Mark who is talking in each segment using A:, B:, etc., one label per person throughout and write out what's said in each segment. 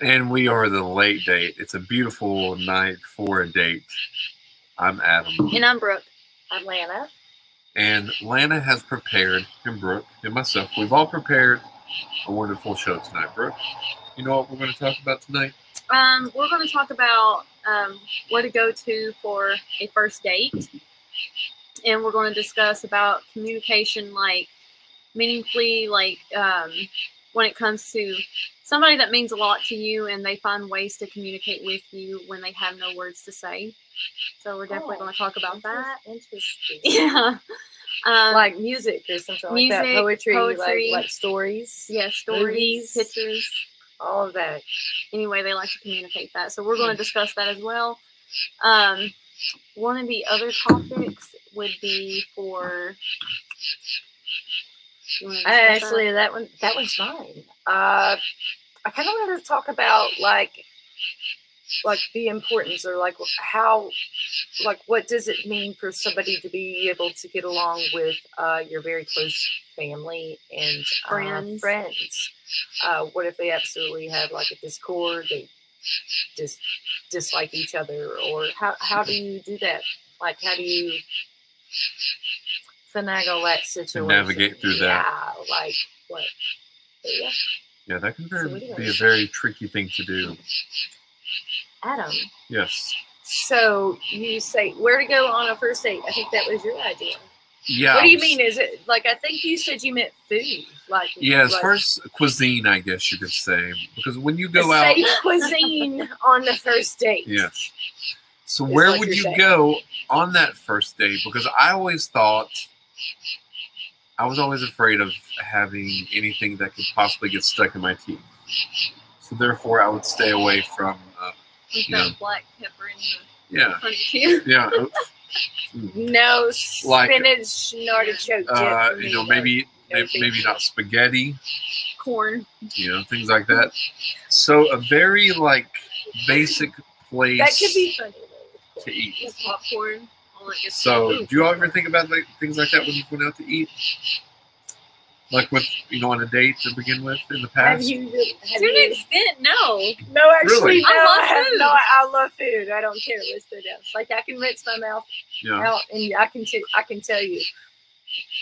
A: And we are the late date. It's a beautiful night for a date. I'm Adam.
B: And I'm Brooke. I'm Lana.
A: And Lana has prepared, and Brooke, and myself, we've all prepared a wonderful show tonight, Brooke. You know what we're going to talk about tonight?
B: Um, we're going to talk about um, where to go to for a first date, and we're going to discuss about communication, like meaningfully, like um, when it comes to somebody that means a lot to you, and they find ways to communicate with you when they have no words to say. So we're definitely
C: Oh,
B: going to talk about that.
C: Interesting.
B: Yeah. Um,
C: like music or something like that.
B: music,
C: Poetry,
B: poetry.
C: Like, like stories.
B: yeah, stories,
C: movies.
B: pictures.
C: All of that.
B: any way they like to communicate that. So we're going to discuss that as well. Um, one of the other topics would be for. You wanna
C: I
B: discuss
C: actually that one that one's fine. Uh I kinda wanted to talk about like like the importance or like how like what does it mean for somebody to be able to get along with uh your very close family and uh,
B: Friends.
C: friends. Uh what if they absolutely have like a discord, they just dislike each other or how how do you do that? Like how do you finagle that situation?
A: navigate through that.
C: Yeah, like what? But yeah,
A: Yeah, that can very,
C: So we
A: be
C: are-
A: a very tricky thing to do.
C: Adam.
A: Yes.
C: So you say where to go on a first date? I think that was your idea.
A: Yeah.
C: What do you
A: I'm-
C: mean? Is it like I think you said you meant food? Like
A: Yeah, as
C: like,
A: far as cuisine, I guess you could say, because when you
C: the
A: go out,
C: safe cuisine on the first date.
A: Yes. So
C: It's
A: where
C: like
A: would
C: you're
A: you
C: saying.
A: go on that first date? Because I always thought I was always afraid of having anything that could possibly get stuck in my teeth. So therefore, I would stay away from. Uh,
B: We've
A: yeah.
B: got black pepper in the
A: yeah,
B: front here.
A: yeah. uh,
C: No
A: Like,
C: spinach and artichoke. dip
A: Uh,
C: for
A: you
C: me,
A: know,
C: though.
A: maybe
C: No
A: may-
C: thank
A: maybe
C: you.
A: not spaghetti.
B: corn.
A: You know, things like that. So a very like basic place
C: that could be funny. though.
A: to eat.
B: Just popcorn. All that good stuff.
A: So, do you all ever think about like things like that when you went out to eat? Like with you know on a date to begin with in the
C: Have
A: past.
C: you? Have
B: to an
C: you
B: extent, no.
C: No, actually,
A: Really?
C: no.
B: I love
C: I, have
B: food.
C: no. I love food. I don't care what's food else. Like I can rinse my mouth
A: yeah.
C: out, and I can t- I can tell you,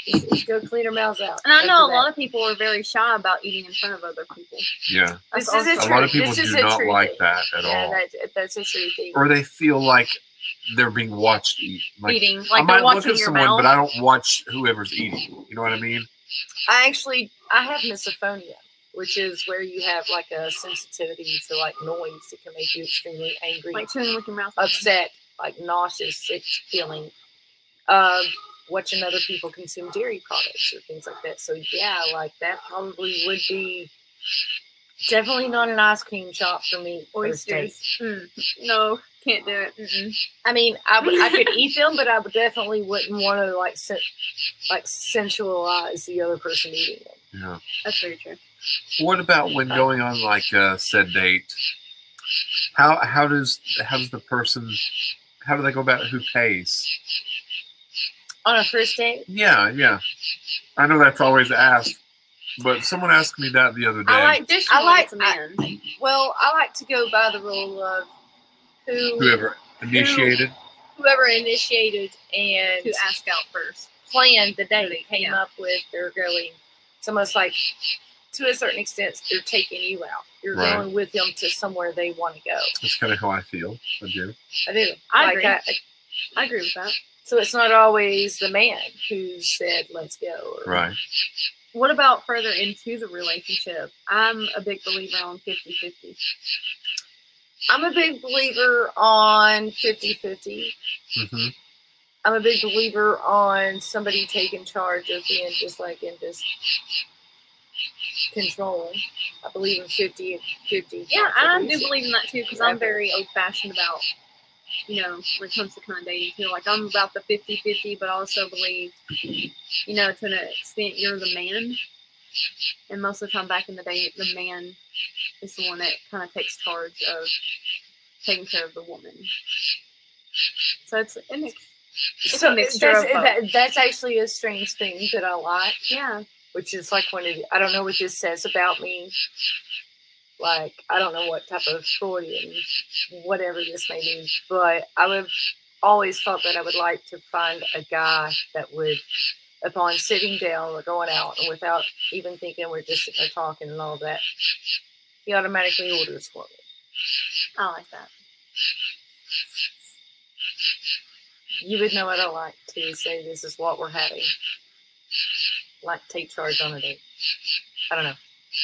C: Just- just go clean our mouths out.
B: And I know a lot of people are very shy about eating in front of other people.
A: Yeah.
B: That's
C: This is
B: also-
C: a
A: A
C: true-
A: lot of people
C: this is
A: do
C: a
A: not
C: true
A: like
C: thing.
A: that at all,
C: yeah, that, that's a true thing.
A: or they feel like they're being watched eat. Like,
B: eating,
A: I
B: like
A: might
B: they're
A: look
B: watching
A: at
B: your
A: someone,
B: mouth.
A: but I don't watch whoever's eating. You know what I mean?
C: I actually I have misophonia, which is where you have like a sensitivity to like noise that can make you extremely angry,
B: like chewing with your mouth.
C: upset, like nauseous, sick feeling. Um, watching other people consume dairy products or things like that. So yeah, like that probably would be definitely not an ice cream shop for me. first date.
B: Oysters. Mm. No, can't do it. Mm-mm.
C: Mm-hmm. I mean, I would I could eat them, but I would definitely wouldn't want to like sen- like sensualize the other person eating them.
A: Yeah.
B: That's very true.
A: What about when going on like a said date? How how does how does the person how do they go about who pays?
C: On a first date,
A: Yeah, yeah. I know that's always asked, but someone asked me that the other day.
C: I like I like-
B: it's a man.
C: well, I like to go by the rule of who whoever,
A: Whoever initiated.
C: initiated and
B: to ask out first.
C: planned the date, came
B: Yeah.
C: up with they're going. It's almost like to a certain extent they're taking you out. You're
A: Right.
C: going with them to somewhere they want to go.
A: That's kind of how I feel. I do.
C: I do.
B: I
C: like
B: agree.
C: I,
B: I agree with that.
C: so it's not always the man who said let's go. Or,
A: Right.
B: What about further into the relationship? I'm a big believer on 50 50.
C: I'm a big believer on 50 50.
A: hmm
C: I'm a big believer on somebody taking charge of being just like and just controlling. I believe in 50 and 50.
B: Yeah,
C: for a
B: I do
C: reason.
B: believe in that too because I'm very old fashioned about, you know, when it comes to kind of dating too. Like, I'm about the 50 50, but I also believe, you know, to an extent, you're the man. And most of the time back in the day, the man is the one that kind of takes charge of taking care of the woman. So it's, it makes, it's
C: so
B: a mixture
C: that's,
B: of both.
C: that- that's actually a strange thing that I like,
B: yeah.
C: which is like one of the, I don't know what this says about me, like I don't know what type of Freudian, whatever this may be, but I would always thought that I would like to find a guy that would, upon sitting down or going out and without even thinking we're just sitting there talking and all that, he automatically orders for me.
B: I like that.
C: You would know what I like to say. This is what we're having. Like take charge on a date. I don't know.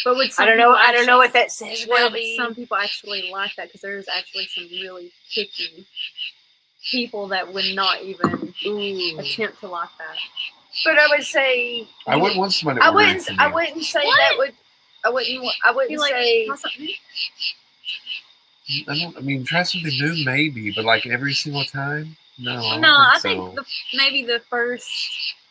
B: But would
C: I
B: some
C: don't know.
B: people
C: I don't know
B: actually-
C: what that says.
B: Well,
C: Robbie.
B: some people actually like that because there's actually some really picky people that would not even
C: Ooh.
B: attempt to like that.
C: But I would say
A: I wouldn't want somebody.
C: I
A: ordering
C: wouldn't.
A: from
C: I
A: you.
C: wouldn't say
B: What?
C: that would. I wouldn't. I
B: Be
C: wouldn't
B: like,
C: say.
B: "Try something new."
A: I don't. I mean, try something new, maybe, but like every single time, no. I don't
B: no, I
A: think so.
B: think the, maybe the first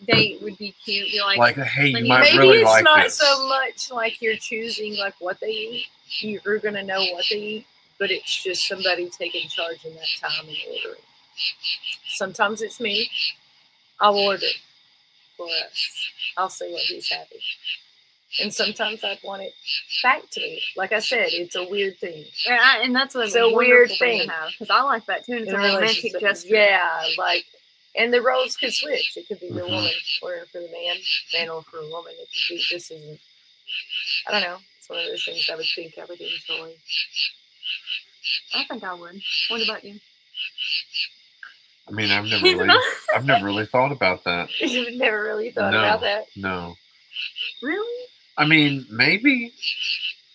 B: date would be cute. Be like,
A: like, hey, you
B: when you-
A: might
C: Maybe
A: really
C: it's
A: like
C: not
A: this.
C: so much like you're choosing like what they eat. You're gonna know what they eat, but it's just somebody taking charge in that time and ordering. Sometimes it's me. I'll order for us. I'll say what he's having. And sometimes I'd want it back to me. Like I said, it's a weird thing.
B: and, I, and that's what
C: It's a weird thing.
B: because I like that too. And it's
C: in
B: a
C: a
B: romantic
C: relationship.
B: gesture.
C: Yeah, like, and the roles could switch. It could be the
A: Mhm.
C: woman ordering for the man, man or for a woman. It could be this isn't. I don't know. It's one of those things I would think I would enjoy.
B: I think I would. What about you?
A: I mean, I've never
B: He's
A: really,
B: not-
A: I've never really thought about that.
C: You've never really thought
A: No.
C: about that.
A: No,
B: Really?
A: I mean, maybe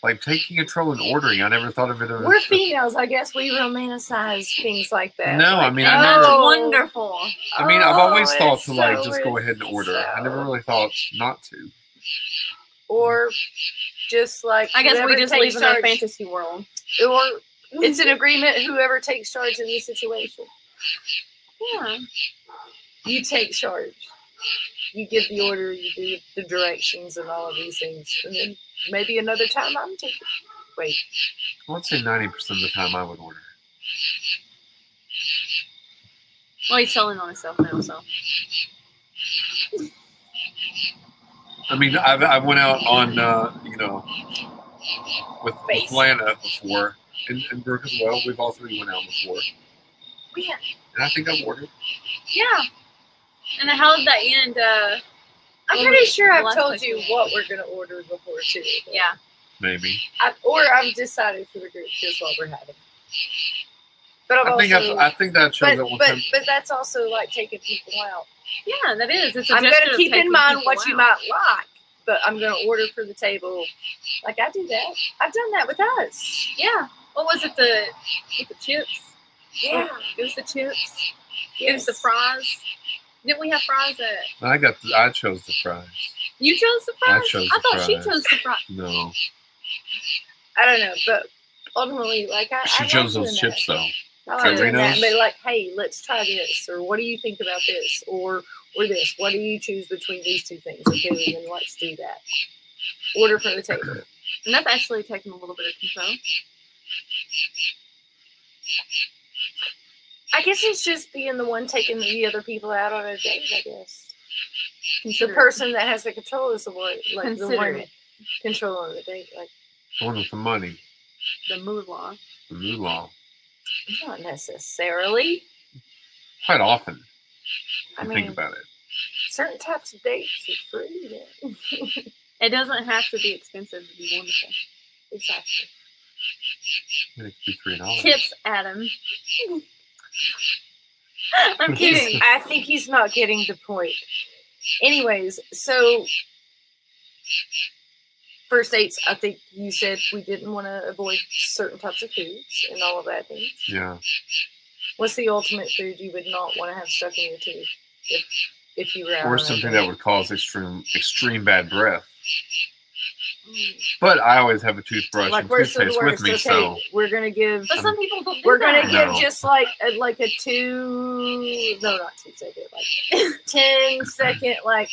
A: like taking control and ordering. I never thought of it. as-
C: We're females, I guess. We romanticize things like that.
A: No, I
C: Like,
A: mean,
B: Oh,
A: I
B: that's
A: never.
C: Oh.
B: wonderful.
A: I mean, I've
C: "Oh,
A: always thought
C: it's
A: to like
C: so-
A: just go ahead and
C: it's
A: order. I
C: so."
A: never really thought not to.
C: Or just like
B: I guess we
C: whoever
B: just
C: takes
B: live in our
C: charge-
B: fantasy world.
C: Or it's an agreement. Whoever takes charge in the situation.
B: Yeah.
C: you take charge. You give the order, you do the directions and all of these things. And then maybe another time I'm taking wait,
A: I would say ninety percent of the time I would order.
B: Well, he's telling on himself now, so.
A: I mean,
C: Mm-hmm.
A: I've, I went out on, uh, you know, with, with
C: Base.
A: Lana before, and, and Brooke as well. We've all three went out before.
B: Yeah.
A: And I think I've ordered.
B: Yeah. And how did that end? Uh,
C: I'm
B: Well,
C: pretty sure I've
B: last
C: told
B: question
C: you
B: is-
C: what we're gonna order before too.
B: yeah.
A: Maybe.
C: I, or I've decided for the group here's what we're having. But I've
A: I
C: also
A: think I've, I think that shows that
C: but,
A: one
C: but,
A: time.
C: but that's also like taking people out.
B: Yeah, that is. It's a
C: I'm
B: gesture
C: gonna
B: of
C: keep in
B: taking
C: mind
B: people
C: what you
B: out.
C: might like, but I'm gonna order for the table. Like I do that. I've done that with us.
B: Yeah. What was it? The with the chips.
C: Yeah.
B: It was the chips. It was
C: Yes.
B: the fries. Didn't we have fries at?
A: I got. The, I chose the fries.
B: You chose the fries.
A: chose the
B: thought she
A: fries.
B: chose the fries.
A: No,
C: I don't know, but ultimately, like I,
A: she
C: I
A: chose
C: like
A: those
C: doing
A: chips though.
C: That. I like doing that.
A: Doritos.
C: But like, hey, let's try this, or what do you think about this, or or this? What do you choose between these two things? Okay, then let's do that. Order from the table.
B: And that's actually taking a little bit of control.
C: I guess it's just being the one taking the other people out on a date. I guess the
B: Consider-
C: person that has the control is the one, like the
B: Consider
C: one
B: it.
C: controlling the date. Like,
A: The one with the money,
B: the moolah.
A: the moolah.
C: not necessarily.
A: Quite often,
C: I
A: I
C: mean,
A: think about it.
C: certain types of dates are free. man.
B: It doesn't have to be expensive to be wonderful.
C: Exactly.
A: I mean, It could be three dollars.
B: Tips, Adam. I'm kidding.
C: He's, I think he's not getting the point. Anyways, so first dates, I think you said we didn't want to avoid certain types of foods and all of that thing.
A: Yeah,
C: What's the ultimate food you would not want to have stuck in your teeth if if you were out
A: or
C: on a
A: something
C: date?
A: that would cause extreme extreme bad breath.
C: Mm.
A: But I always have a toothbrush
C: like
A: and
C: worst of
A: toothpaste
C: the worst.
A: with me,
C: okay,
A: so
C: we're gonna give
B: But some people don't do
C: we're
B: that.
C: gonna give
A: No.
C: just like a, like a two no not two second like 10 second like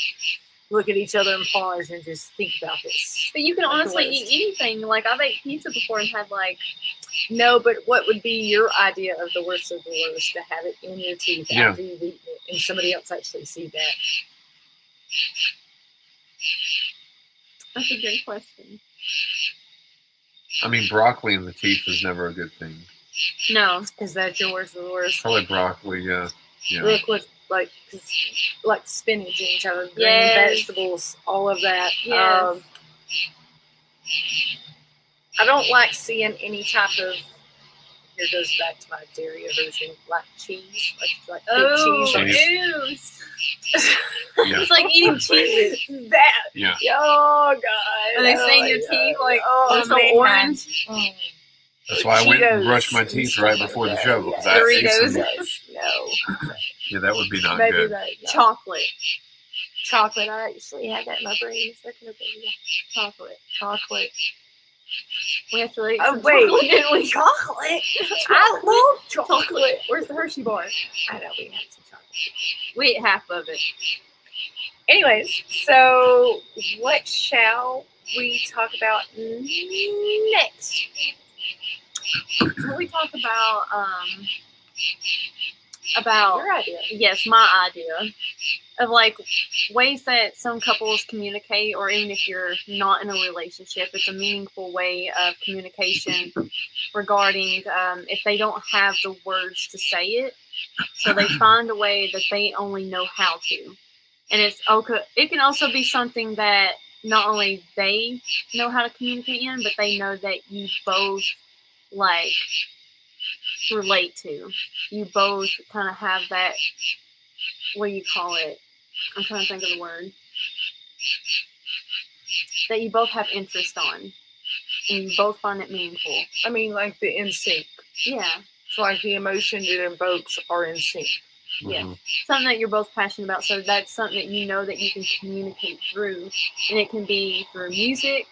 C: look at each other and pause and just think about this
B: But you can
C: Like the
B: honestly
C: worst.
B: eat anything. Like I've ate pizza before and had like
C: no but what would be your idea of the worst of the worst to have it in your teeth
A: Yeah.
C: after you've eaten it and somebody else actually see that
B: that's a good question.
A: I mean, broccoli in the teeth is never a good thing.
B: No,
C: Is that yours or yours?
A: Probably broccoli, yeah. Yeah.
C: Liquid, like 'cause, like spinach and each other, green
B: Yes.
C: vegetables, all of that.
B: Yes.
C: Um, I don't like seeing any type of. Here goes back to my dairy aversion, like cheese, like, like
B: Oh,
C: big cheese.
B: ew.
A: Yeah.
B: It's like eating cheese.
C: Like, that.
A: Yeah.
C: Oh god.
B: Are they
C: Oh,
B: saying
C: my
B: your
C: God.
B: teeth like
C: oh,
B: so
C: man.
B: orange?
C: Mm.
A: That's why I went and
C: Cheetos
A: brushed my teeth right before the show because I ate
B: Doritos.
A: some,
C: No.
A: Yeah, that would be not
C: Maybe
A: good.
C: like no.
B: Chocolate.
C: chocolate. I actually had that in my brain a second ago. Yeah. Chocolate. Chocolate.
B: We have to eat
C: Oh,
B: some
C: wait.
B: chocolate, didn't we?
C: Chocolate? I love chocolate.
B: Where's the Hershey bar?
C: I know we had some chocolate.
B: We ate half of it.
C: Anyways, so what shall we talk about next?
B: What we talk about, um, about
C: Your idea.
B: yes, my idea of like ways that some couples communicate, or even if you're not in a relationship, it's a meaningful way of communication regarding um, if they don't have the words to say it. So they find a way that they only know how to. And it's okay. It can also be something that not only they know how to communicate in, but they know that you both like relate to. You both kind of have that. What do you call it? I'm trying to think of the word. That you both have interest on, and you both find it meaningful.
C: I mean, like the instinct.
B: Yeah,
C: It's like the emotion it invokes are instinct.
B: Yeah.
A: Mhm.
B: something that you're both passionate about. So that's something that you know that you can communicate through, and it can be through music,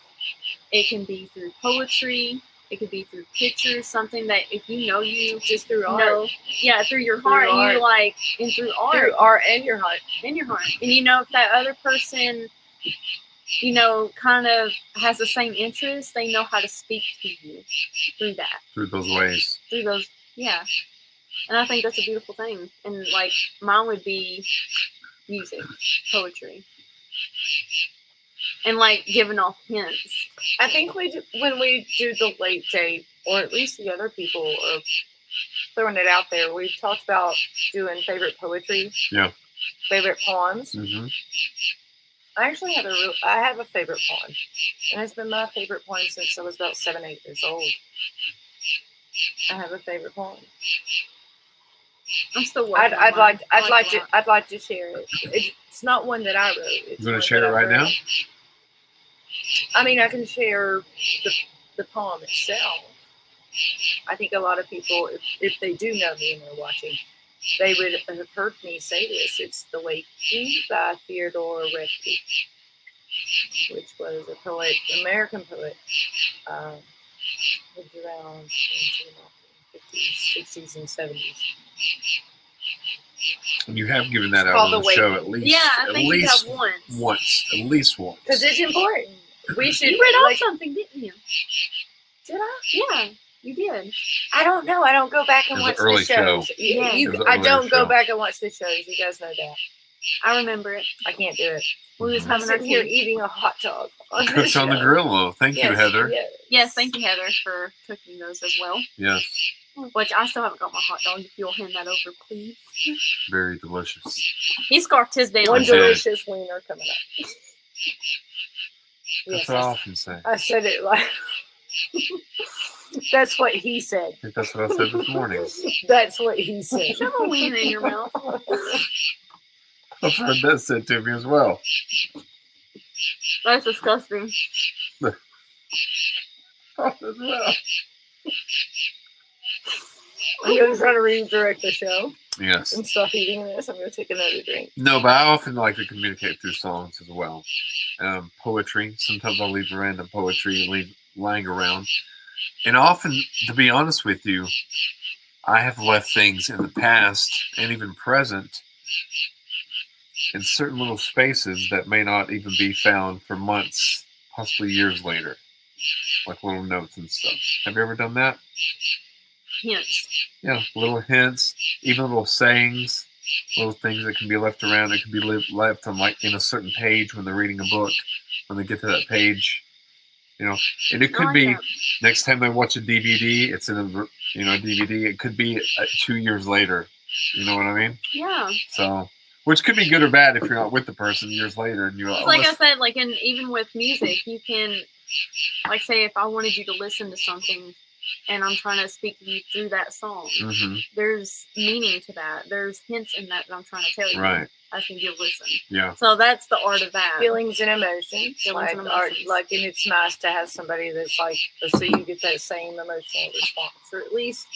B: it can be through poetry, it could be through pictures. Something that if you know you
C: Just through art.
B: know, yeah, through your
C: Through
B: heart, and
C: art.
B: you like, and through art,
C: Through art and your heart.
B: in your heart. And you know, if that other person, you know, kind of has the same interest, they know how to speak to you through that,
A: Through those ways.
B: through those, yeah. And I think that's a beautiful thing. And like mine would be music, poetry, and like giving off hints.
C: I think we do, when we do the late date, or at least the other people are throwing it out there. We've talked about doing favorite poetry.
A: Yeah.
C: Favorite poems.
A: hmm
C: I actually have a real, I have a favorite poem, and it's been my favorite poem since I was about seven, eight years old. I have a favorite poem.
B: I'm still
C: I'd,
B: working. on
C: I'd
B: mine.
C: like
B: I
C: I'd like
B: it
C: to
B: a lot.
C: I'd like to share it. It's, it's not one that I wrote. It's
A: You going
C: one
A: to share
C: that
A: it
C: I
A: right now?
C: wrote. I mean, I can share the, the poem itself. I think a lot of people, if, if they do know me and they're watching, they would have heard me say this. It's The Late Eve by Theodore Recti, which was a poet, American poet, um, lived around in the 50s, 60s, and 70s.
A: And you have given that out
C: Called
A: on
C: The
A: the show
C: Wait.
A: at least,
B: Yeah, I
A: at
B: think you have
A: least
B: once.
A: once. At least once.
C: Because it's important. We should.
B: You read off
C: like,
B: something, didn't you?
C: did I?
B: Yeah, you did.
C: I don't know. I don't go back and
A: It was
C: watch
A: an early
C: the shows. You-
B: Yeah.
C: you-
A: It was an
C: I
A: earlier
C: don't go
A: show.
C: back and watch the shows. You guys know that.
B: I remember it.
C: I can't do it.
B: We was
A: Mhm.
C: I'm
B: having our
C: sitting here
B: tea.
C: eating a hot dog. On
A: Cooked on the
C: show.
A: grill. Well, thank you,
C: Yes,
A: Heather.
C: yes.
B: Yes, thank you, Heather, for cooking those as well.
A: Yes.
B: Which I still haven't got my hot dog. If you'll hand that over, please.
A: Very delicious.
B: He scarfed his down.
C: One
A: I did.
C: delicious wiener coming up.
A: That's
C: yes,
A: what I
C: I,
A: often say. I
C: I said it like. That's what he said.
A: think that's what I said this morning.
C: That's what he said.
B: Shove a wiener in your mouth.
A: I've heard that said to me as well.
B: That's disgusting.
A: As well.
C: I'm gonna try to redirect the show
A: Yes.
C: and stop eating this. I'm gonna take another drink.
A: No, but I often like to communicate through songs as well. Um, poetry. Sometimes I'll leave random poetry leave lying around. And often, to be honest with you, I have left things in the past and even present in certain little spaces that may not even be found for months, possibly years later, like little notes and stuff. Have you ever done that?
B: Hints.
A: Yeah, little hints, even little sayings, little things that can be left around. It can be li- left on like in a certain page when they're reading a book. When they get to that page, You know, and it
B: I
A: could
B: like
A: be
B: that.
A: next time I watch a DVD, it's in a ver- you know DVD. It could be uh, two years later. You know what I mean?
B: Yeah.
A: So, which could be good or bad if you're not with the person years later and you're
B: It's
A: like,
B: like
A: oh,
B: I said, like, and even with music, you can, like, say if I wanted you to listen to something and I'm trying to speak you through that song,
A: hmm
B: there's meaning to that. There's hints in that that I'm trying to tell you.
A: right,
B: I think you'll listen.
A: yeah,
B: So that's the art of that.
C: feelings and emotions.
B: Feelings
C: like,
B: and
C: are-
B: emotions.
C: like, and it's nice to have somebody that's like, so you get that same emotional response, or at least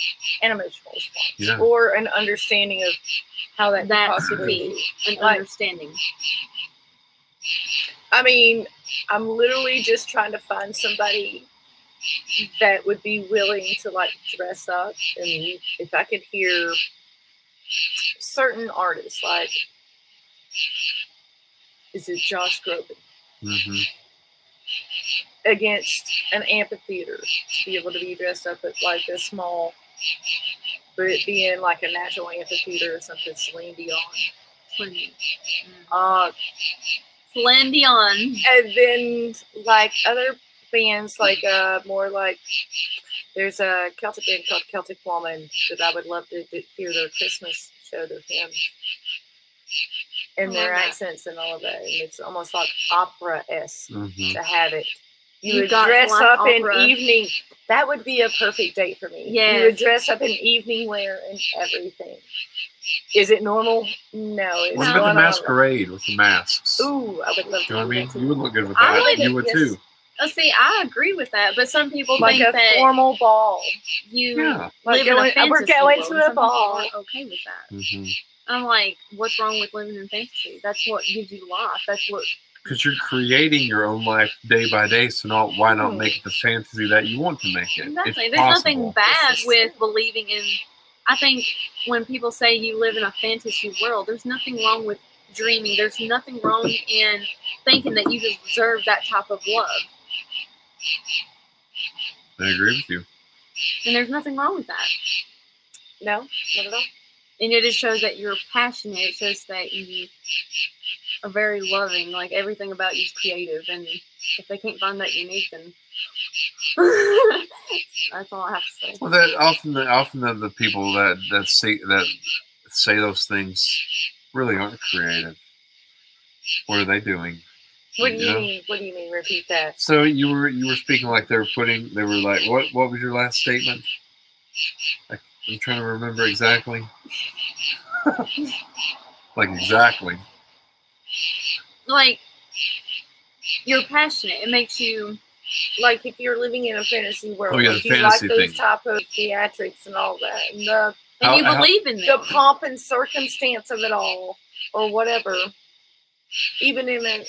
C: an emotional response,
A: yeah.
C: or an understanding of how that, could
B: That
C: possibly.
B: could
C: be.
B: and
C: Like-
B: understanding.
C: I mean, I'm literally just trying to find somebody that would be willing to like dress up, and if I could hear certain artists, like, is it Josh Groban?
A: hmm
C: against an amphitheater to be able to be dressed up at like this small, but it being like a natural amphitheater or something, Celine Dion.
B: Celine
C: Uh,
B: Celine Dion.
C: and then like other bands, like uh, more like there's a Celtic band called Celtic Woman that I would love to, to hear their Christmas show, their hymns
B: I
C: and their
B: love that.
C: accents and all of that. And it's almost like opera esque.
A: hmm
C: to have it. You
B: You
C: would
B: got
C: dress
B: one
C: up
B: opera.
C: in evening. That would be a perfect date for me. You
B: Yes.
C: would dress up in evening wear and everything. Is it normal? No. It's
A: What
B: No.
A: about the
C: not normal.
A: masquerade with the masks?
C: Ooh, I
A: You
C: would love
A: know what I
C: to. do
A: mean?
C: that
A: You
C: too.
A: would look good with
B: I
A: that.
B: like
A: you
C: it,
A: would
C: yes.
A: too.
B: Oh, see, I agree with that, but some people
C: Like
B: think
C: a
B: that
C: formal ball.
B: you
A: Yeah.
C: Like
B: live in a
C: going,
B: fantasy
C: we're going
B: world,
C: to
B: and some
C: a
B: people
C: ball.
B: aren't okay with that.
A: Because
B: I'm like, what's wrong with living in fantasy? That's what gives you life. That's what
A: you're creating your own life day by day. So not why not
C: Mm.
A: make it the fantasy that you want to make it?
B: Exactly.
A: It's
B: There's nothing
A: possible.
B: bad
C: This is-
B: with believing in. I think when people say you live in a fantasy world, there's nothing wrong with dreaming. There's nothing wrong in thinking that you deserve that type of love.
A: I agree with you.
B: And there's nothing wrong with that.
C: No, not at all.
B: And it just shows that you're passionate. It shows that you are very loving. Like everything about you is creative. And if they can't find that unique, then that's all I have to say.
A: Well, that often, the, often the, the people that that say that say those things really aren't creative. What are they doing?
C: What do you
A: Yeah.
C: mean? What do you mean? Repeat that.
A: So you were you were speaking like they were putting they were like what what was your last statement? I, I'm trying to remember exactly. like exactly.
B: Like, you're passionate. It makes you.
C: Like if you're living in a fantasy world,
A: Oh, yeah,
C: like
A: the
C: you
A: fantasy
C: like those
A: thing.
C: type of theatrics and all that, and the
B: and
A: How-
B: you
A: how-
B: believe in them.
C: the pomp and circumstance of it all, or whatever, even in a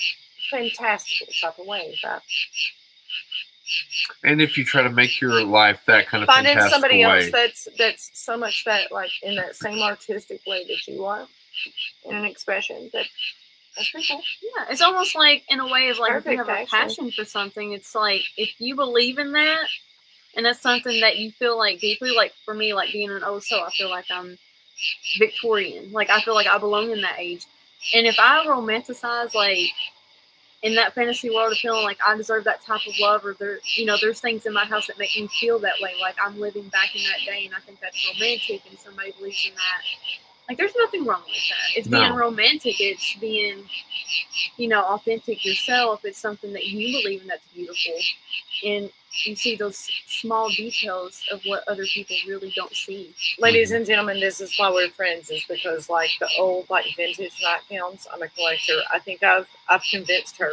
C: fantastical type of way. But
A: And if you try to make your life that kind of
C: finding
A: fantastical
C: somebody
A: way,
C: else that's that's so much that like in that same artistic way that you are, in an expression that that's pretty cool.
B: yeah, it's almost like in a way of like if you
C: Perfect,
B: have a
C: actually.
B: passion for something, it's like if you believe in that and that's something that you feel like deeply, like for me, like being an old soul, I feel like I'm Victorian. Like I feel like I belong in that age. And if I romanticize like in that fantasy world of feeling like I deserve that type of love or there you know, there's things in my house that make me feel that way. Like I'm living back in that day and I think that's romantic and somebody believes in that. Like there's nothing wrong with that. It's
A: No.
B: being romantic, it's being, you know, authentic yourself. It's something that you believe in that's beautiful. And you see those small details of what other people really don't see.
C: Ladies and gentlemen, this is why we're friends. Is because like the old like vintage nightgowns. I'm a collector. I think I've I've convinced her.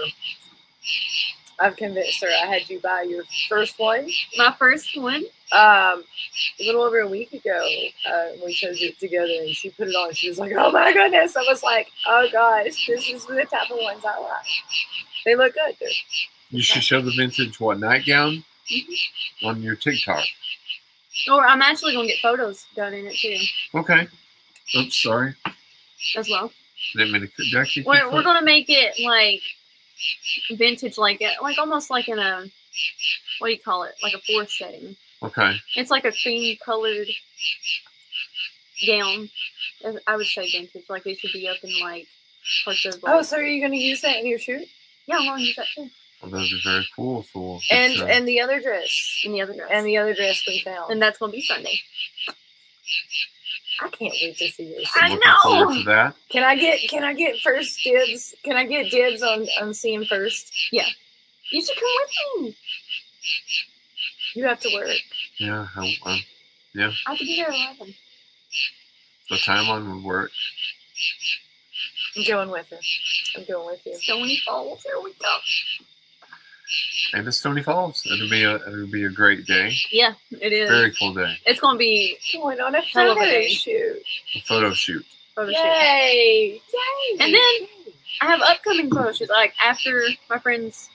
C: I've convinced her. I had you buy your first one.
B: My first one,
C: um, a little over a week ago, uh, we chose it together, and she put it on. She was like, "Oh my goodness!" I was like, "Oh gosh, this is the type of ones I like. They look good. They're
A: you should show the vintage what nightgown
B: Mhm.
A: on your TikTok.
B: or I'm actually gonna get photos done in it too,
A: Okay. Oops, sorry.
B: as well.
A: Didn't mean to. Did I actually
B: We're,
A: keep
B: we're
A: that?
B: gonna make it like vintage, like it, like almost like in a what do you call it, like a forest setting.
A: Okay.
B: It's like a cream colored gown. As- I would say vintage, like it should be up in like parts of. Like,
C: Oh, so are you going to use that in your shoot?
B: Oh, yeah, I'm gonna use that too.
A: Well, those are very cool for
C: and and the other dress
B: in the other dress.
C: and the other dress we found.
B: and that's gonna be Sunday.
C: I can't wait to see this.
B: I
A: I'm looking forward
B: know!
A: to that.
C: Can I get can I get first dibs? Can I get dibs on on seeing first?
B: You should come with me.
C: You have to work.
A: Yeah, uh, I, I,
B: I have to be there at eleven.
A: the timeline would work.
C: I'm going with her. I'm going with you.
B: Stony Falls, there we go.
A: And it's Stony Falls. It'll be a it'll be a great day.
B: Yeah, it is.
A: Very cool day.
B: It's gonna be
C: Going on a
B: Hell of a
C: photo
B: day.
C: shoot.
A: A photo shoot.
B: photo shoot.
C: Yay! Yay!
B: And then- I have upcoming photo shoots. Like after my friend's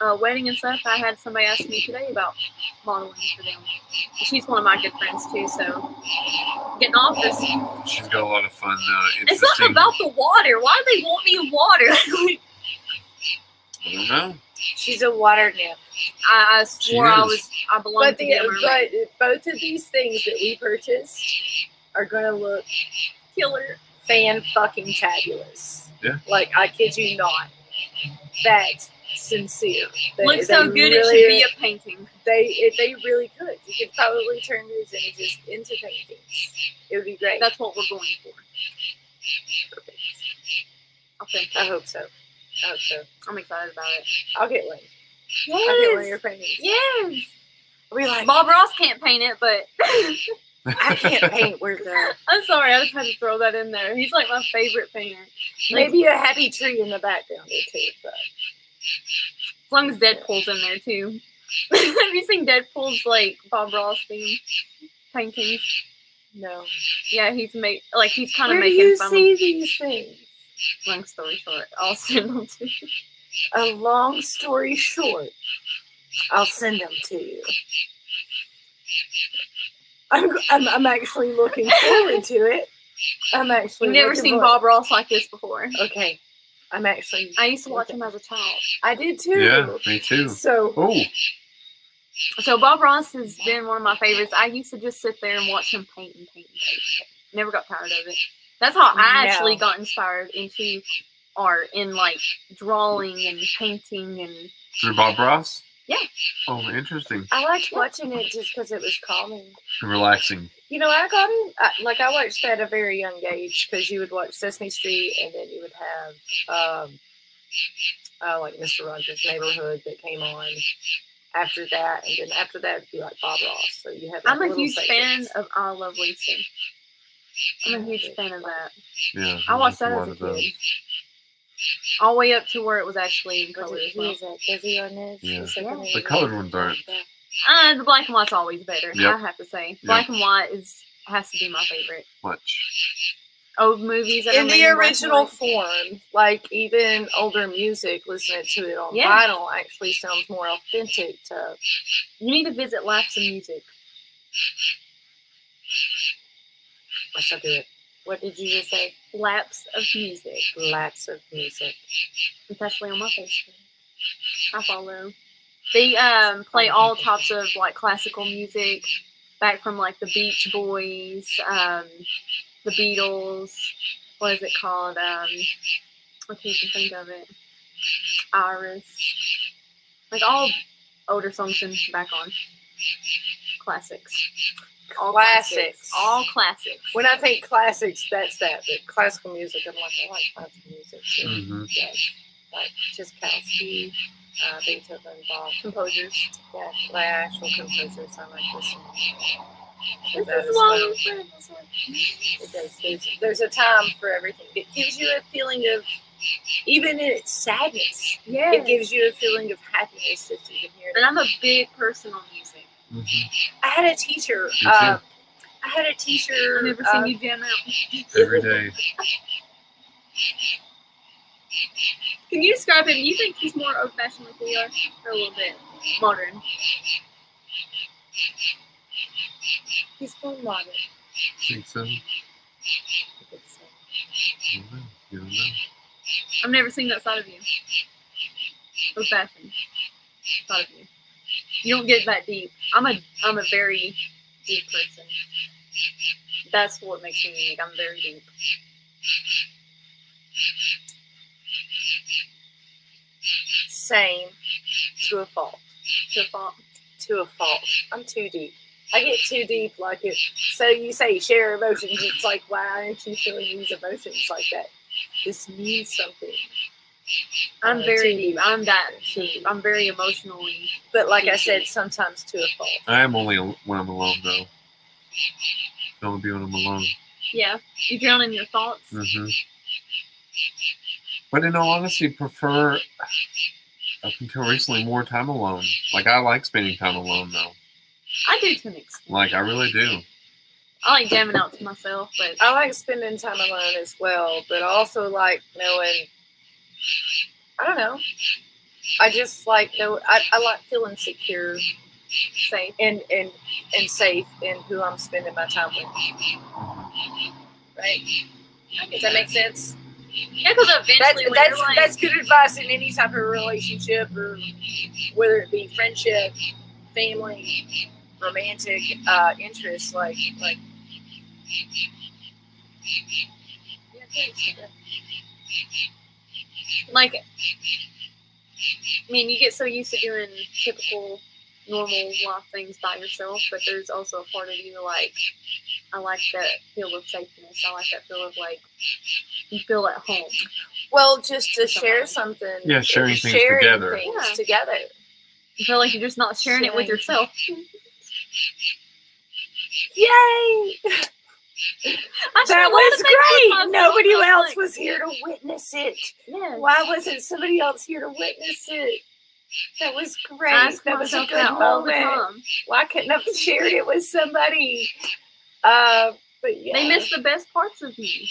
B: uh, wedding and stuff, I had somebody ask me today about modeling for them. She's one of my good friends too, so getting off this.
A: She's got a lot of fun. Uh,
B: It's something
A: interesting-
B: about the water. Why do they want me in water?
A: I don't know.
C: she's a water nymph.
B: I, I swore I
A: Jeez.
B: was I belonged
C: But
B: to
C: the
B: the mermaid.
C: but both of these things that we purchased are gonna look
B: killer.
C: fan fucking fabulous.
A: Yeah.
C: Like I kid you not. That's sincere. They,
B: Looks so
C: they
B: good
C: really-
B: it should be a painting.
C: they if they really could. You could probably turn these images into paintings. It would be great.
B: That's what we're going for.
C: perfect.
B: Okay,
C: I hope so. I hope so.
B: I'm excited about it.
C: I'll get one. I'll get one of your
B: Yes,
C: paintings.
B: yes.
C: We like
B: Bob Ross can't paint it, but
C: I can't paint worth it.
B: I'm sorry, I just had to throw that in there. He's like my favorite painter.
C: Maybe a happy tree in the background or two, but
B: As long as Deadpool's in there too. Have you seen Deadpool's like Bob Ross theme paintings?
C: no.
B: Yeah, he's make like he's kind of
C: Where do
B: making
C: you
B: fun.
C: see these things?
B: of, long story short, I'll send them to you.
C: A long story short, I'll send them to you. I'm, I'm, I'm actually looking forward to it. I'm actually.
B: You've never
C: looking
B: seen
C: for-
B: Bob Ross like this before.
C: Okay, I'm actually.
B: I used to watch him as a child.
C: I did too.
A: Yeah, me too.
C: So
A: Oh,
B: So Bob Ross has been one of my favorites. I used to just sit there and watch him paint and paint and paint. And paint. Never got tired of it. That's how I
C: No.
B: actually got inspired into art in like drawing and painting and
A: through Bob Ross.
B: Yeah.
A: Oh, interesting.
C: I liked watching it just because it was calming.
A: Relaxing.
C: You know, I got in, I, like I watched that at a very young age because you would watch Sesame Street and then you would have um, uh, like Mr. Rogers' Neighborhood that came on after that, and then after that it'd be like Bob Ross. So you had. Like,
B: I'm a
C: little
B: huge fan
C: sections.
B: of I Love Lisa. I'm a huge fan of that.
A: Yeah.
B: I watched
A: there's
B: that
A: lot
B: as a
A: of those.
B: kid. All the way up to where it was actually in
C: Was
B: color
C: it-
B: as well.
C: he's a busy on this.
A: Yeah.
C: He's like,
A: The colored ones aren't.
B: Uh, the black and white's always better,
A: Yep.
B: I have to say. Black and white is has to be my favorite.
A: Much.
B: Old movies that are
C: in
B: made black
C: the
B: and
C: original
B: white.
C: form, like even older music, listening to it on
B: Yeah.
C: vinyl actually sounds more authentic to
B: You need to visit Laughs and Music.
C: I shall do it. What did you just say?
B: Laps of Music.
C: Lots of music.
B: It's actually on my Facebook. I follow. They um, play all types of like classical music, back from like the Beach Boys, um, the Beatles. What is it called? Um, I can't even think of it. Iris. Like all older songs and back on classics. All
C: Classics.
B: All classics.
C: When I think classics, that's that. But classical music, I'm like, I like classical music too.
A: hmm
C: Yes. Like Tchaikovsky, uh, Beethoven, Bach,
B: composers.
C: yeah, like actual composers. I like this one. So
B: This
C: that
B: is
C: is
B: long
C: what it does. There's, there's a time for everything. It gives you a feeling of, even in its sadness,
B: Yeah.
C: it gives you a feeling of happiness just even hearing
B: and I'm a big person on music.
A: hmm
C: I had a teacher.
A: too.
C: Uh, I had a teacher.
B: I've never
C: uh,
B: seen you jam out.
A: Every day.
B: Can you describe him? You think he's more old fashioned like we are, or a little bit modern?
C: He's from modern.
A: think so. I don't know. You don't know.
B: I've never seen that side of you. Old fashioned side of you. You don't get that deep. I'm a I'm a very deep person. That's what makes me unique. I'm very deep.
C: same to a fault.
B: to a fault.
C: To a fault. I'm too deep. I get too deep, like it. So you say share emotions. It's like, why aren't you feeling these emotions like that? This means something.
B: I'm
C: Uh,
B: very
C: too
B: deep. I'm that deep. I'm very emotionally.
C: But like I said, sometimes to a fault.
A: I am only al- when I'm alone, though. I only be when I'm alone.
B: Yeah, you drown in your thoughts.
C: Mm.
A: hmm But in all honesty, prefer up until recently more time alone. Like I like spending time alone, though.
B: I do to an extent.
A: Like I really do.
B: I like jamming out to myself, but
C: I like spending time alone as well, but I also like knowing. I don't know. I just like know. I, I like feeling secure
B: safe.
C: and and and safe in who I'm spending my time with. Right? Does that make sense?
B: Yeah, because
C: That's
B: eventually when
C: that's
B: you're like,
C: that's good advice in any type of relationship, or whether it be friendship, family, romantic uh, interests. Like like
B: Yeah, to an extent. like, I mean, you get so used to doing typical, normal life things by yourself, but there's also a part of you like, I like that feel of safeness. I like that feel of like, you feel at home.
C: well, just to share something.
A: Yeah, sharing things
C: sharing
A: together.
C: things
B: Yeah.
C: together.
B: You feel like you're just not sharing it with
C: Sharing.
B: yourself.
C: Yay!
B: I
C: That
B: share a lot of things
C: was
B: with
C: great.
B: myself.
C: Nobody
B: I'm
C: else
B: like,
C: was here to witness it.
B: Yes.
C: Why wasn't somebody else here to witness it? That was great.
B: I ask
C: that was a
B: myself
C: good
B: that all the
C: moment.
B: time.
C: Why couldn't I have shared it with somebody? Uh, but yeah,
B: They miss the best parts of me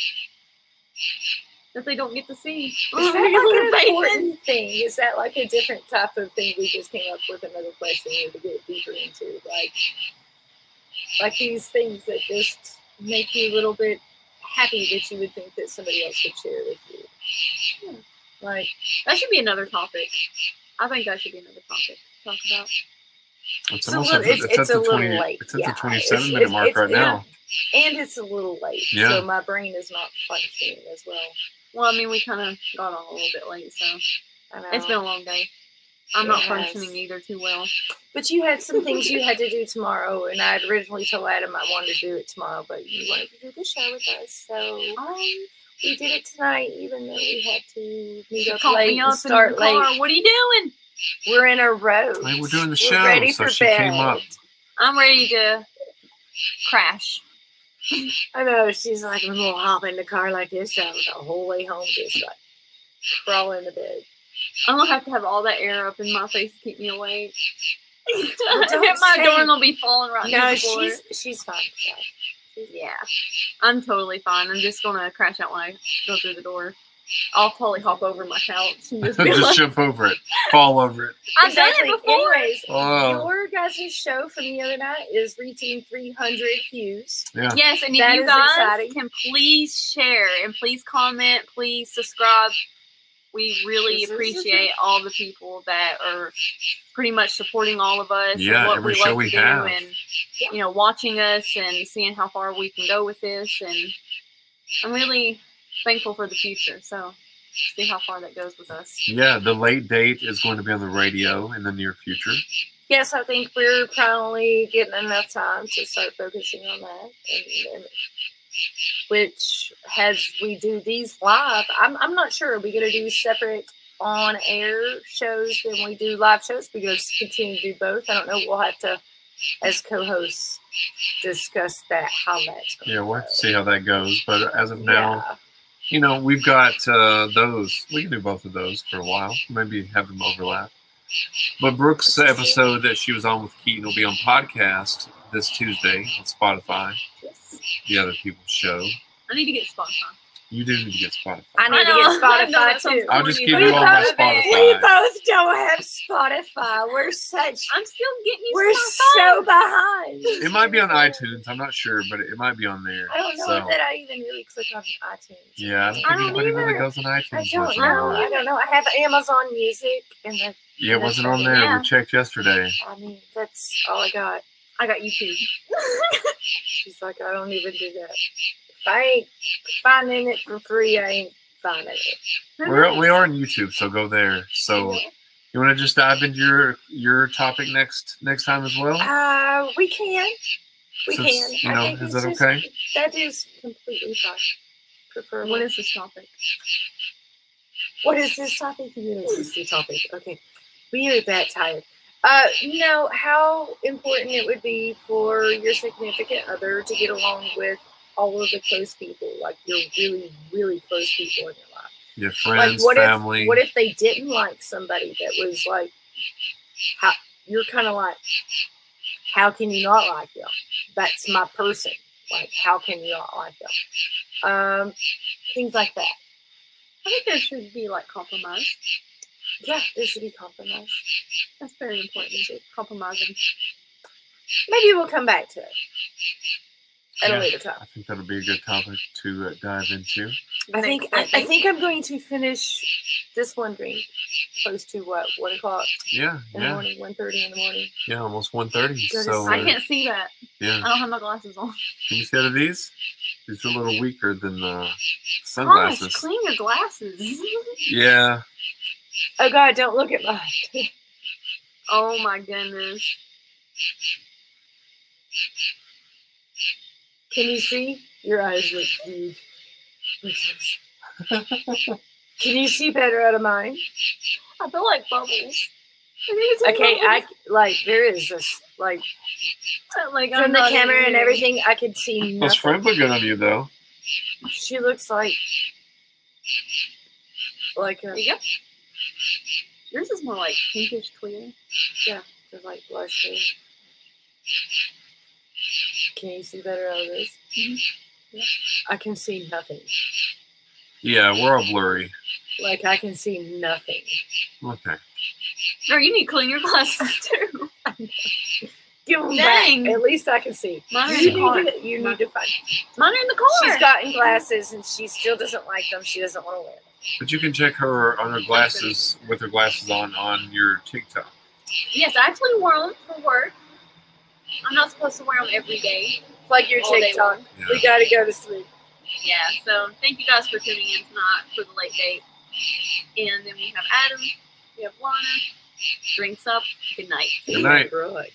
B: that they don't get to see.
C: Is
B: Oh,
C: that
B: my
C: like
B: little
C: an
B: faces.
C: important thing? Is that like a different type of thing? We just came up with another question we need to get deeper into, like like these things that just make you a little bit happy that you would think that somebody else would share with you.
B: Hmm.
C: Like
B: That should be another topic. I think that should be another topic to talk about.
A: It's
C: It's a
A: almost
C: little-
A: at the-
C: it's-
A: it's at
C: it's
A: the
C: a little
A: 20
C: late,
A: It's at
C: yeah.
A: the
C: It's-
A: 27 minute
C: it's-
A: mark
C: it's-
A: right
C: yeah.
A: now.
C: and it's a little late,
A: Yeah.
C: so my brain is not functioning as well.
B: Well, I mean, we kind of got on a little bit late, so
C: I know.
B: it's been a long day. I'm
C: It
B: not
C: has.
B: functioning either too well.
C: but you had some things you had to do tomorrow, and I had originally told Adam I wanted to do it tomorrow, but you wanted to do the show with us, so
B: Um,
C: we did it tonight, even though we had to meet
B: You
C: up
B: called
C: late
B: me
C: and
B: up in
C: start
B: the car.
C: late.
B: What are you doing?
C: We're in a row.
A: Like, we're doing the show,
C: ready
A: so
C: for
A: she
C: bed.
A: came up.
B: I'm ready to crash.
C: I know she's like, "I'm gonna hop in the car like this." I was the whole way home, just like crawl into bed.
B: I'm gonna have to have all that air up in my face to keep me awake.
C: don't
B: my
C: say-
B: dorm will be falling right
C: no,
B: now.
C: she's she's fine. so.
B: Yeah, I'm totally fine. I'm just gonna crash out when I go through the door. I'll totally hop over my couch and just be like,
A: Just jump over it, fall over it.
B: I've done
C: Exactly.
B: it before.
C: Anyways,
A: Oh,
C: your guys' show from the other night is reaching 300 views.
A: yeah.
B: Yes, and if
C: That
B: you
C: is
B: guys
C: exciting.
B: can please share and please comment, please subscribe. We really
C: Yes, yes, yes,
B: appreciate
C: yes.
B: all the people that are pretty much supporting all of us. and
A: Yeah,
B: what
A: every
B: we
A: show
B: love
A: we
B: to do
A: have.
B: and
C: Yeah.
B: you know, watching us and seeing how far we can go with this. And I'm really thankful for the future. So see how far that goes with us.
A: Yeah, the late date is going to be on the radio in the near future.
C: Yes, I think we're probably getting enough time to start focusing on that. And, and- which has we do these live. I'm, I'm not sure. Are we going to do separate on air shows than we do live shows? We're going to continue to do both. I don't know. We'll have to, as co hosts, discuss that, how that's going
A: Yeah, we'll have to see how that goes. But as of now,
C: Yeah.
A: you know, we've got uh, those. We can do both of those for a while. Maybe have them overlap. But Brooke's episode that she was on with Keaton will be on podcast this Tuesday on Spotify,
C: Yes.
A: the other people's show.
B: I need to get Spotify.
A: You do need to get Spotify.
C: I need
B: I know- I
C: to
B: know
C: get
B: that
C: Spotify too.
B: sounds
A: I'll just
B: corny,
A: give
B: but
A: you
B: I
A: all my
B: love it.
A: Spotify.
C: We both don't have Spotify. We're such
B: I'm still getting you
C: we're
B: Spotify.
C: so behind.
A: It might be on iTunes. I'm not sure, but it might be on there.
C: I don't know
A: So,
C: that I even really click on iTunes.
A: yeah, I don't
B: I
A: think
B: don't
A: anybody really
B: either.
A: goes on
C: I
A: iTunes.
C: don't know.
A: anymore.
C: I don't know. I have Amazon Music, and that,
A: Yeah, it wasn't on there.
B: Yeah.
A: We checked yesterday.
C: I mean, that's all I got.
B: I got YouTube.
C: She's like, I don't even do that. If I ain't finding it for free, I ain't fun of it.
A: We're, we are on YouTube, so go there. So you want to just dive into your your topic next next time as well.
C: Uh, we can. We
A: So,
C: can.
A: you
C: I
A: know,
C: think
A: is
C: it's
A: that
C: just-
A: okay?
C: That is completely fine. Prefer
B: What is this topic?
C: What is this topic? What is this topic? Okay. We are that tired. Uh, you know how important it would be for your significant other to get along with all of the close people, like your really, really close people in your life.
A: Your friends,
C: like what
A: family.
C: if what if they didn't like somebody that was like, how, you're kind of like, how can you not like them? That's my person. Like, how can you not like them? Um, things like that.
B: I think there should be like compromise.
C: Yeah, there should be compromise.
B: That's very important. Is it compromising?
C: Maybe we'll come back to it at
A: Yeah.
C: a later time.
A: I think that'll be a good topic to uh, dive into.
C: I think
B: Next
C: I, I
B: session.
C: think I'm going to finish this one drink close to what one o'clock
A: Yeah,
C: in the
A: yeah,
C: morning, one thirty in the morning.
A: yeah. Almost one thirty.
C: Good as-
A: So
B: I
A: uh,
B: can't see that.
A: yeah,
B: I don't have my glasses on.
A: can you see out of these? These are a little weaker than
C: Oh,
A: the
B: Thomas,
A: sunglasses.
B: clean your glasses.
A: yeah,
C: Oh God, don't look at mine.
B: oh my goodness.
C: Can you see? Your eyes look huge. Precious. Can you see better out of mine?
B: I feel like bubbles.
C: Okay, I like there is this like
B: like
C: from
B: I'm
C: the
B: not
C: camera
B: even-
C: and everything. I could see
A: those
C: nothing.
A: frames look good on you though.
C: She looks like like a
B: There you go. Yours is more like pinkish clear.
C: They're like blushing. Can you see better out of this?
B: Mhm.
C: Mm-hmm. Yeah. I can see nothing.
A: Yeah, we're all blurry.
C: Like I can see nothing.
A: Okay.
B: Girl, you need to clean your glasses too.
C: Give 'em
B: Dang.
C: back. At least I can see.
B: Mine are
C: You
B: in the car.
C: need to, you need to find.
B: Mine are in the car.
C: She's gotten glasses and she still doesn't like them. She doesn't want to wear them.
A: But you can check her on her glasses with her glasses on on your TikTok.
B: yes, I actually wore them for work. I'm not supposed to wear them every day.
C: Like your
B: All day
C: TikTok.
B: long.
A: Yeah.
C: We gotta go to sleep.
B: Yeah, so thank you guys for tuning in tonight for the late date. And then we have Adam, we have Lana. Drinks up. Good night.
A: Good night.
C: Brooke.